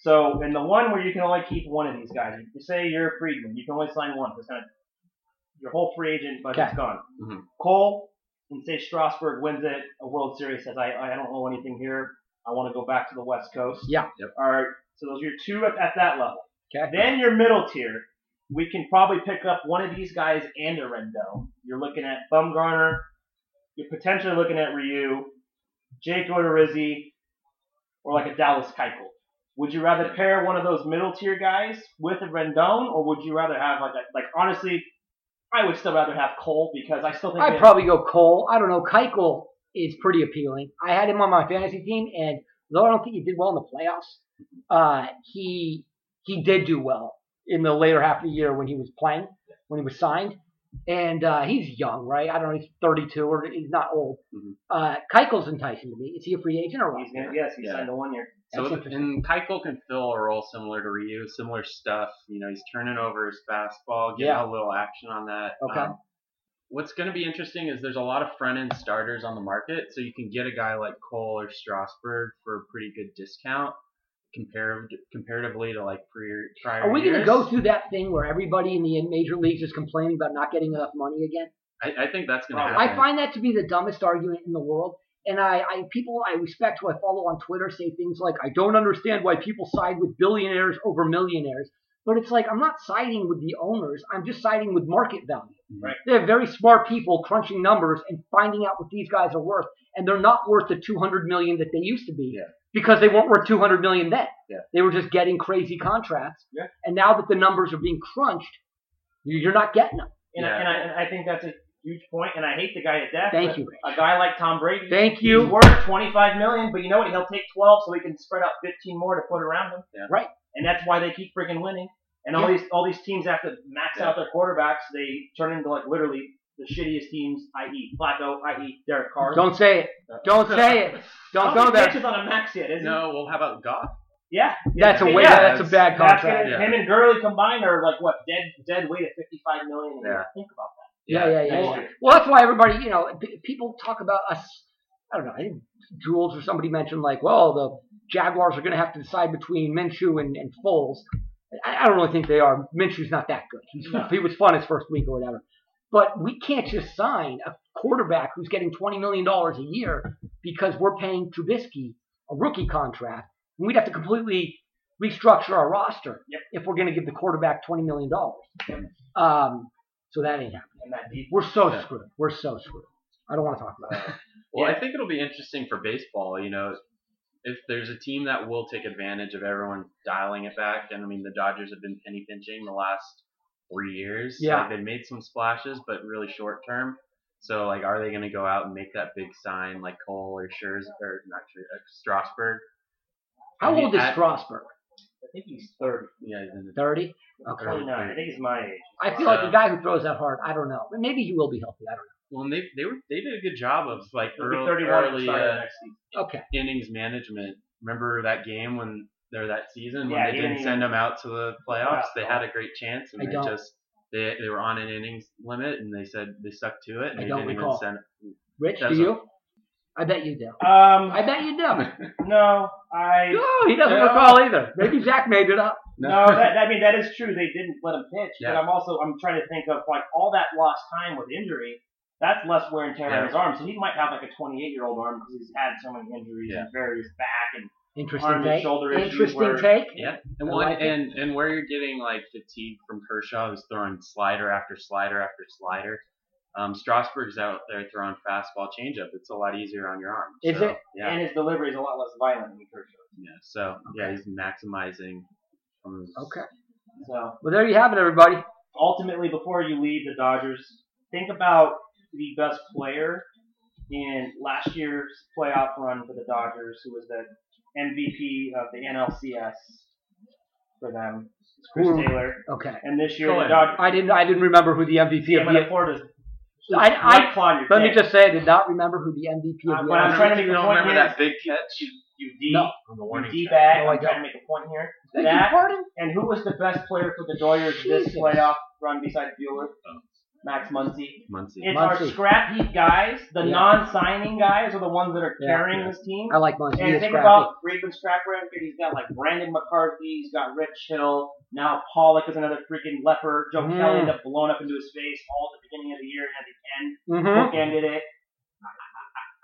S2: So in the one where you can only keep one of these guys, you say you're a Friedman, you can only sign one. It's gonna your whole free agent budget's
S1: Okay. Mm-hmm.
S2: gone.
S3: Mhm.
S2: Cole and say Strasburg wins it a World Series, says I I don't know anything here. I want to go back to the West Coast.
S1: Yeah.
S3: Yep.
S2: All right. So those are your two at, at that level.
S1: Okay.
S2: Then your middle tier, we can probably pick up one of these guys and a Rendon. You're looking at Bumgarner. You're potentially looking at Ryu, Jake Odorizzi, or like a Dallas Keuchel. Would you rather pair one of those middle tier guys with a Rendon, or would you rather have like a, like honestly, I would still rather have Cole because I still think
S1: I'd
S2: that-
S1: probably go Cole. I don't know. Keuchel is pretty appealing. I had him on my fantasy team, and though I don't think he did well in the playoffs, uh, he he did do well in the later half of the year when he was playing, when he was signed. And uh, he's young, right? I don't know. He's 32 or he's not old.
S3: Mhm.
S1: Uh, Keuchel's enticing to me. Is he a free agent or what?
S2: Mm-hmm. he's gonna, yes he
S3: Yeah.
S2: signed the one year.
S3: So
S1: That's
S3: th- and Keuchel can fill a role similar to Ryu, similar stuff. You know, he's turning over his fastball, getting
S1: Yeah.
S3: a little action on that.
S1: Okay.
S3: Um, what's going to be interesting is there's a lot of front end starters on the market, so you can get a guy like Cole or Strasburg for a pretty good discount compared comparatively to like prior prior.
S1: Are we going to
S3: years.
S1: go through that thing where everybody in the major leagues is complaining about not getting enough money again?
S3: I, I think that's going to
S2: Probably.
S3: happen.
S1: I find that to be the dumbest argument in the world. And I, I people I respect who I follow on Twitter say things like, I don't understand why people side with billionaires over millionaires. But it's like, I'm not siding with the owners. I'm just siding with market value.
S2: Right.
S1: They're very smart people crunching numbers and finding out what these guys are worth. And they're not worth the 200 million that they used to be
S3: Yeah.
S1: because they weren't worth 200 million then.
S3: Yeah.
S1: They were just getting crazy contracts.
S2: Yeah.
S1: And now that the numbers are being crunched, you- you're not getting them.
S2: And, I,
S3: Yeah.
S2: and, I, and I think that's a huge point, and I hate the guy to death.
S1: Thank
S2: but
S1: you.
S2: A guy like Tom Brady,
S1: Thank
S2: He's
S1: you.
S2: worth 25 million, but you know what? He'll take 12 so he can spread out 15 more to put around him.
S3: Yeah.
S1: Right.
S2: And that's why they keep freaking winning. And all
S1: Yeah.
S2: these all these teams have to max
S3: Yeah.
S2: out their quarterbacks. They turn into like literally the shittiest teams, i.e. Flacco, i.e. Derek Carr.
S1: Don't say it. Don't say it. Don't go there.
S2: Mitch is on a max yet, isn't
S3: No, well, how about Goff?
S2: he? Yeah.
S1: That's a
S2: yeah.
S1: way.
S2: Yeah.
S1: that's a bad
S2: That's
S1: contract.
S2: gonna,
S3: Yeah.
S2: Him and Gurley combined are like what dead dead weight at 55 million. And
S3: Yeah.
S2: Think about
S1: yeah, yeah, yeah.
S2: next
S1: yeah.
S2: year.
S1: Well, that's why everybody, you know, p- people talk about us. I don't know. I think Jules or somebody mentioned like, well, the Jaguars are going to have to decide between Minshew and, and Foles. I, I don't really think they are. Minshew's not that good. He's,
S2: No.
S1: He was fun his first week or whatever. But we can't just sign a quarterback who's getting twenty million dollars a year because we're paying Trubisky a rookie contract. And we'd have to completely restructure our roster
S2: Yep.
S1: if we're going to give the quarterback twenty million dollars.
S2: Yep.
S1: Um, so that ain't happening.
S2: that. And that deep.
S1: We're so
S3: Yeah.
S1: screwed. We're so screwed. I don't want to talk about it.
S3: Well,
S2: Yeah.
S3: I think it'll be interesting for baseball. You know, if there's a team that will take advantage of everyone dialing it back, and I mean the Dodgers have been penny pinching the last three years.
S1: Yeah.
S3: like, they made some splashes, but really short term. So like, are they going to go out and make that big sign like Cole or Scherz or not Scherz, uh, Strasburg?
S1: How
S3: I mean,
S1: old is
S3: I-
S1: Strasburg?
S2: I think he's 30.
S3: Yeah, he's in the-
S1: 30? Okay.
S2: 29. I think he's my age.
S1: I feel like the
S3: Uh,
S1: guy who throws that hard, I don't know. But Maybe he will be healthy. I don't
S3: well, and they they were they did a good job of like
S2: He'll be
S3: early,
S2: 31
S3: early
S2: starting
S3: uh,
S2: next season.
S1: know. Okay.
S3: innings management. Remember that game when or that season when
S2: Yeah,
S3: they
S2: he
S3: didn't
S2: didn't
S3: send
S2: even-
S3: them out to the playoffs?
S2: Yeah.
S3: They had a great chance and
S1: I
S3: they
S1: don't.
S3: just they they were on an innings limit and they said they stuck to it and
S1: I
S3: they
S1: don't
S3: didn't
S1: recall.
S3: even send.
S1: Rich, do
S3: That's
S1: you? I bet you do.
S2: Um,
S1: I bet you do.
S2: no, I
S1: No, he doesn't
S2: Yeah.
S1: recall either. Maybe Zach made it up.
S2: no. That, I mean, that is true. They didn't let him pitch,
S3: Yeah.
S2: but I'm also I'm trying to think of like all that lost time with injury. That's less wear and tear on
S3: Yeah.
S2: his arm, so he might have like a 28 year old arm because he's had so many injuries
S3: Yeah.
S2: and various back and
S1: Interesting
S2: arm and
S1: take.
S2: shoulder issues.
S1: Interesting
S2: where-
S1: take.
S3: Yeah, and
S1: I
S3: one
S1: like it.
S3: and and where you're getting like fatigue from Kershaw, who's throwing slider after slider after slider. Um, Strasburg's out there throwing fastball changeup. It's a lot easier on your arm.
S1: Is
S3: So,
S1: it?
S3: Yeah,
S2: And his delivery is a lot less violent than Kershaw.
S3: yeah. So yeah, he's maximizing. from his-
S1: Okay.
S2: So
S1: Well, there you have it, everybody.
S2: ultimately, before you leave the Dodgers, think about the best player in last year's playoff run for the Dodgers, who was the MVP of the NLCS for them. It's Chris
S3: Hmm.
S1: Who-
S2: Taylor.
S1: Okay.
S2: And this year,
S3: Cohen.
S2: the Dodgers.
S1: I didn't. I didn't remember who the MVP
S2: Yeah,
S1: of
S2: but
S1: the.
S2: afford is.
S1: I- I-
S2: Mike Clon, you're
S1: Let me
S2: dead.
S1: just say, I did not remember who the MVP
S2: Uh,
S1: of the.
S2: but I'm
S1: NBA
S2: trying to make
S3: You
S2: a
S3: don't
S2: point
S3: remember
S2: here.
S3: that big catch?
S2: You, you D.
S1: No.
S3: on the
S2: You
S3: warning
S2: D
S3: track.
S2: bag.
S1: Oh, I
S2: I'm trying
S1: got-
S2: to make a point here.
S1: Thank you,
S2: That-
S1: pardon.
S2: And who was the best player for the Dodgers this
S1: Jesus.
S2: playoff run besides Bueller?
S3: Oh.
S2: Max Muncy.
S3: Muncy.
S1: Muncy.
S2: It's our scrap heap guys. The
S1: Yeah.
S2: non-signing guys are the ones that are
S1: Yeah.
S2: carrying
S3: Yeah.
S2: this team.
S1: I like mine.
S2: And think about Raven's track record. He's got like Brandon McCarthy. He's got Rich Hill. Now Pollock is another freaking leper. Joe
S1: Mm.
S2: Kelly ended up blown up into his face all at the beginning of the year and at the end
S1: hmm
S2: bookended it.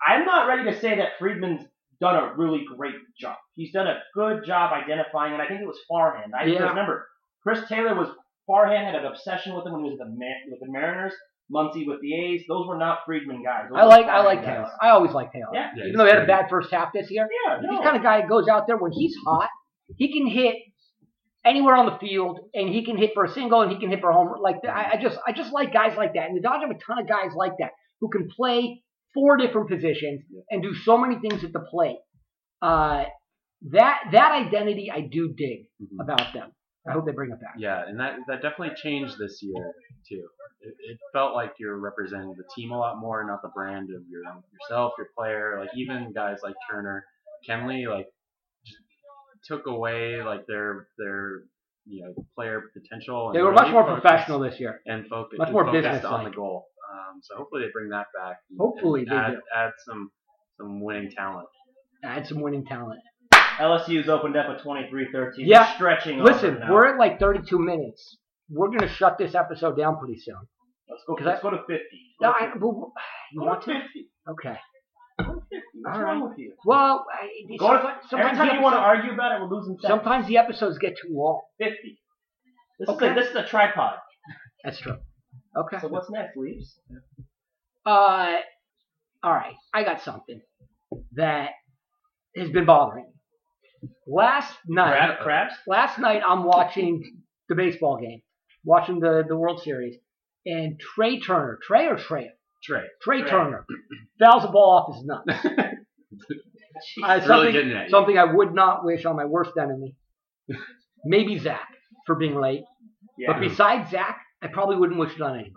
S2: I- I- I'm not ready to say that Friedman's done a really great job. He's done a good job identifying, and I think it was Farhan. I
S1: Yeah.
S2: remember Chris Taylor was Farhan had an obsession with him when he was with the Ma- with the Mariners, Muncy with the A's. Those were not Friedman guys. Those
S1: I
S2: were
S1: like. I
S2: Farhan
S1: like
S2: guys.
S1: Taylor. I always like Taylor.
S2: Yeah,
S3: Yeah,
S1: Even
S3: he's
S1: though he had a
S3: great.
S1: bad first half this year,
S2: yeah,
S1: he's
S2: no.
S1: the kind of guy that goes out there when he's hot. He can hit anywhere on the field, and he can hit for a single, and he can hit for a home. run. Like I, I just, I just like guys like that, and the Dodgers have a ton of guys like that who can play four different positions and do so many things at the plate. Uh, that that identity I do dig
S3: Mhm.
S1: about them. I hope they bring it back.
S3: Yeah, and that that definitely changed this year too. It, it felt like you're representing the team a lot more, not the brand of your yourself, your player. Like even guys like Turner, Kenley, like just took away like their their you know player potential. And
S1: They were
S3: really
S1: much more
S3: focused-
S1: professional this year.
S3: and focus,
S1: much more
S3: focused on
S1: business-like.
S3: the goal. Um, so hopefully they bring that back. and-
S1: Hopefully
S3: and
S1: they
S3: add,
S1: do.
S3: add some some winning talent.
S1: Add some winning talent.
S2: LSU's opened up a 23-13.
S1: Yeah.
S2: They're stretching.
S1: Listen,
S2: over now.
S1: we're at like 32 minutes. We're gonna shut this episode down pretty soon.
S2: let's go.
S1: 'cause I-
S2: Let's go to 50.
S1: No, I, well, you
S2: Go
S1: want
S2: to
S1: to?
S2: 50.
S1: Okay.
S2: Go to 50. What's
S1: All
S2: wrong with you?
S1: Well, I,
S2: Go to,
S1: sometimes,
S2: every time you want to argue about it, we're losing seconds.
S1: sometimes the episodes get too long.
S2: 50. This,
S1: Okay.
S2: is, a, this is a tripod.
S1: That's true. Okay.
S2: So what's next, Leaves?
S1: Uh, all right. I got something that has been bothering me. Last night,
S2: Crab, crabs?
S1: last night I'm watching the baseball game, watching the the World Series, and Trey Turner, Trey or Trey,
S3: Trey,
S1: Trey,
S2: Trey.
S1: Turner, fouls a ball off his nuts. Uh,
S3: It's really
S1: something-
S3: getting at you.
S1: Something I would not wish on my worst enemy. Maybe Zach for being late. But
S2: Yeah.
S1: besides Zach, I probably wouldn't wish it on anybody.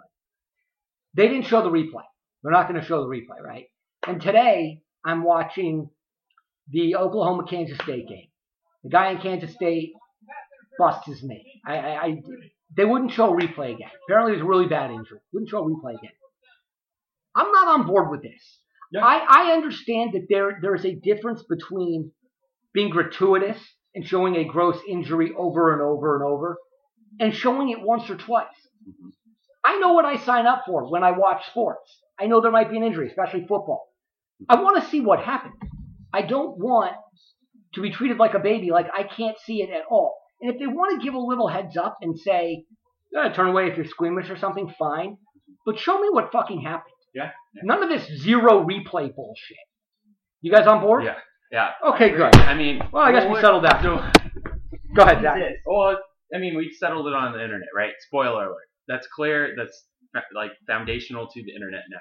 S1: They didn't show the replay. They're not going to show the replay, right? And today, I'm watching the Oklahoma Kansas State game. The guy in Kansas State busts his knee. I, I, I, they wouldn't show a replay again. Apparently, it was a really bad injury. Wouldn't show a replay again. I'm not on board with this.
S2: Yeah.
S1: I, I understand that there there is a difference between being gratuitous and showing a gross injury over and over and over and showing it once or twice.
S3: Mhm.
S1: I know what I sign up for when I watch sports. I know there might be an injury, especially football. I want to see what happened. I don't want to be treated like a baby, like I can't see it at all. And if they want to give a little heads up and say, "Eh, turn away if you're squeamish or something, fine. But show me what fucking happened.
S3: Yeah, yeah.
S1: None of this zero replay bullshit. You guys on board?
S3: Yeah, yeah.
S1: Okay, good.
S3: I mean,
S1: Well, I guess we
S3: we're-
S1: settled that.
S3: so-
S1: Go ahead, Zach.
S2: Jesus.
S3: Well, I mean, we've settled it on the internet, right? Spoiler alert. That's clear. That's like foundational to the internet now.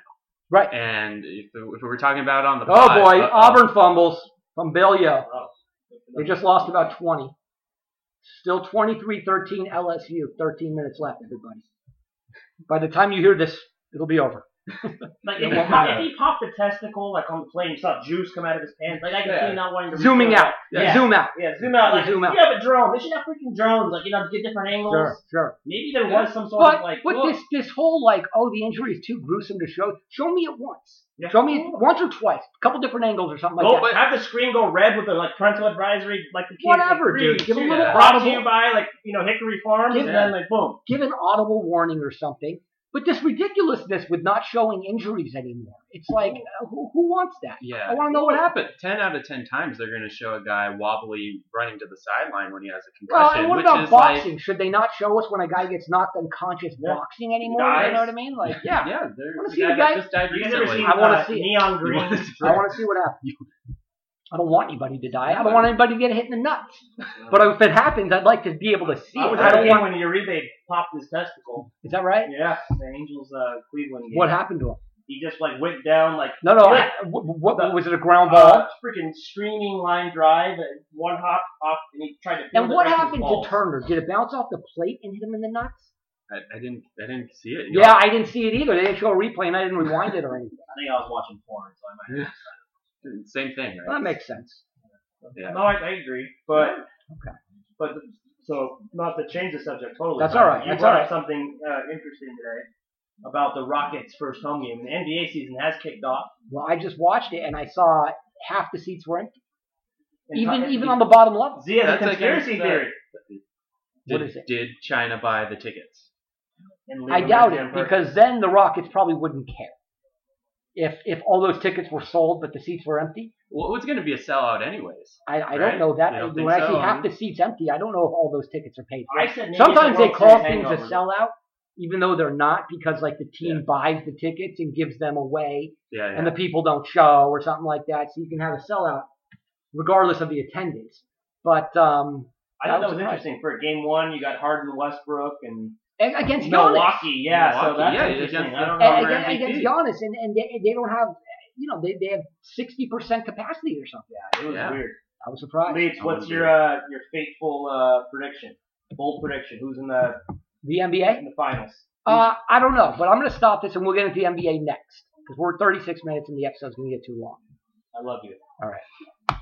S1: Right.
S3: And if, if we were talking about it on the
S1: Oh
S3: pod,
S1: boy,
S3: uh-oh.
S1: Auburn fumbles from Bellio.
S2: Oh.
S1: They just lost about 20. Still 23-13 LSU. 13 minutes left, everybody. By the time you hear this, it'll be over.
S2: Like,
S1: It
S2: if he,
S1: won't
S2: pop, if
S1: matter.
S2: he popped a testicle, like on the plane, you saw juice come out of his pants. Like, I can
S3: Yeah.
S2: see not wanting to.
S1: Zooming
S2: reach
S1: out.
S2: there. Yeah.
S1: Zoom out.
S2: Yeah, zoom out. Like,
S1: Zoom out.
S2: You have a drone. They should have freaking drones. Like, you know, to get different angles.
S1: Sure, sure.
S2: Maybe there
S3: Yeah.
S2: was some sort
S1: But
S2: of like. oh,
S1: with
S2: look.
S1: this this whole like, oh, the injury is too gruesome to show. Show me it once.
S2: Yeah. Oh.
S1: Show me it once or twice. A couple different angles or something like
S2: Go-
S1: that.
S2: have the screen go red with a like parental advisory, like the kids.
S1: Whatever,
S2: like, three,
S1: dude. Give a
S2: two,
S1: little
S2: Brought to you
S1: audible.
S2: by like you know Hickory Farms,
S1: Give-
S2: and then like boom.
S1: Give an audible warning or something. But this ridiculousness with not showing injuries anymore. It's like,
S2: Oh.
S1: who, who wants that? I
S3: Yeah.
S1: want to know what happened.
S3: Ten out of ten times they're going to show a guy wobbly running to the sideline when he has a
S1: Well,
S3: concussion,
S1: and what
S3: which
S1: about
S3: is
S1: boxing? Should they not show us when a guy gets knocked unconscious
S2: Yeah.
S1: boxing anymore? You
S2: Guys.
S1: know what I mean? Like,
S3: like
S1: yeah,
S3: yeah, there's
S1: Wanna
S3: a
S1: see
S3: guy
S1: the
S3: that
S1: guy-
S3: just died
S2: You guys ever
S3: recently.
S2: seen
S1: I wanna
S2: uh,
S1: see it.
S2: Neon
S3: You
S2: Green?
S3: wanna see
S1: I
S3: it?
S1: want to see what happens. I don't want anybody to die. I don't want anybody to get hit in the nuts. But if it happens, I'd like to be able to see
S2: I
S1: it.
S2: was
S1: I
S2: at a
S1: don't
S2: game
S1: want.
S2: when Uribe popped his testicle.
S1: Is that right?
S2: Yeah, the Angels uh, Cleveland game.
S1: What happened to him?
S2: He just like went down like
S1: No, no.
S2: Yeah.
S1: I- wh- wh- what,
S2: The-
S1: was it a ground ball?
S2: uh, freaking screaming line drive and one hop off and he tried to.
S1: and
S2: field it
S1: what
S2: right his
S1: happened
S2: balls.
S1: to Turner? Did it bounce off the plate and hit him in the nuts?
S3: I, I didn't. I didn't see it.
S1: Yeah, I didn't see it either. They didn't show a replay, and I didn't rewind it or anything.
S2: I think I was watching porn, so I might.
S3: Same thing,
S1: Well,
S3: right?
S1: that makes sense.
S3: Yeah.
S2: No, I, I agree, but
S1: Okay.
S2: but so not to change the subject totally.
S1: That's
S2: but
S1: all right,
S2: You
S1: that's
S2: brought
S1: all
S2: up something uh, interesting today about the Rockets' first home game. The NBA season has kicked off.
S1: Well, I just watched it, and I saw half the seats were empty,
S2: And
S1: even
S2: Tom-
S1: even on the bottom level.
S2: Zia, the
S3: That's like
S2: conspiracy
S3: against, uh,
S2: theory.
S3: Did,
S1: What is it?
S3: did China buy the tickets?
S2: And
S1: I
S2: Leo
S1: doubt it
S2: Messi and
S1: because then the Rockets probably wouldn't care if if all those tickets were sold, but the seats were empty.
S3: Well, it was going to be a sellout anyways.
S1: I, I
S3: Right?
S1: don't know that.
S3: You don't
S1: when
S3: think
S1: I see
S3: so,
S1: half
S3: huh?
S1: the seats empty, I don't know if all those tickets are paid.
S2: I said maybe it's a
S1: Sometimes they
S2: World
S1: call
S2: Series
S1: things a
S2: hangover.
S1: sellout, even though they're not, because like the team buys the tickets and gives them away,
S3: Yeah. yeah.
S1: and the people don't show or something like that. So you can have a sellout regardless of the attendance. But um,
S2: I thought
S1: That
S2: that
S1: was
S2: was interesting for game one. You got Harden, Westbrook, and
S1: a- against Giannis,
S2: Milwaukee. Yeah,
S3: Milwaukee,
S2: so that's
S3: yeah,
S2: interesting.
S3: against
S2: I don't
S3: the-
S1: a-
S2: know.
S3: Over
S1: against,
S3: MVP.
S1: against Giannis, and, and they, they don't have, you know, they, they have sixty percent capacity or something.
S2: It was
S3: Yeah.
S2: weird.
S1: I was surprised.
S2: Leeds,
S3: I
S2: what's
S3: wouldn't
S2: your
S3: be.
S2: uh, your fateful uh, prediction? Bold prediction. Who's in the
S1: The NBA.
S2: in the finals?
S1: Uh, I don't know, but I'm going to stop this and we'll get into the NBA next because we're 36 minutes and the episode's going to get too long.
S2: I love you.
S1: All right.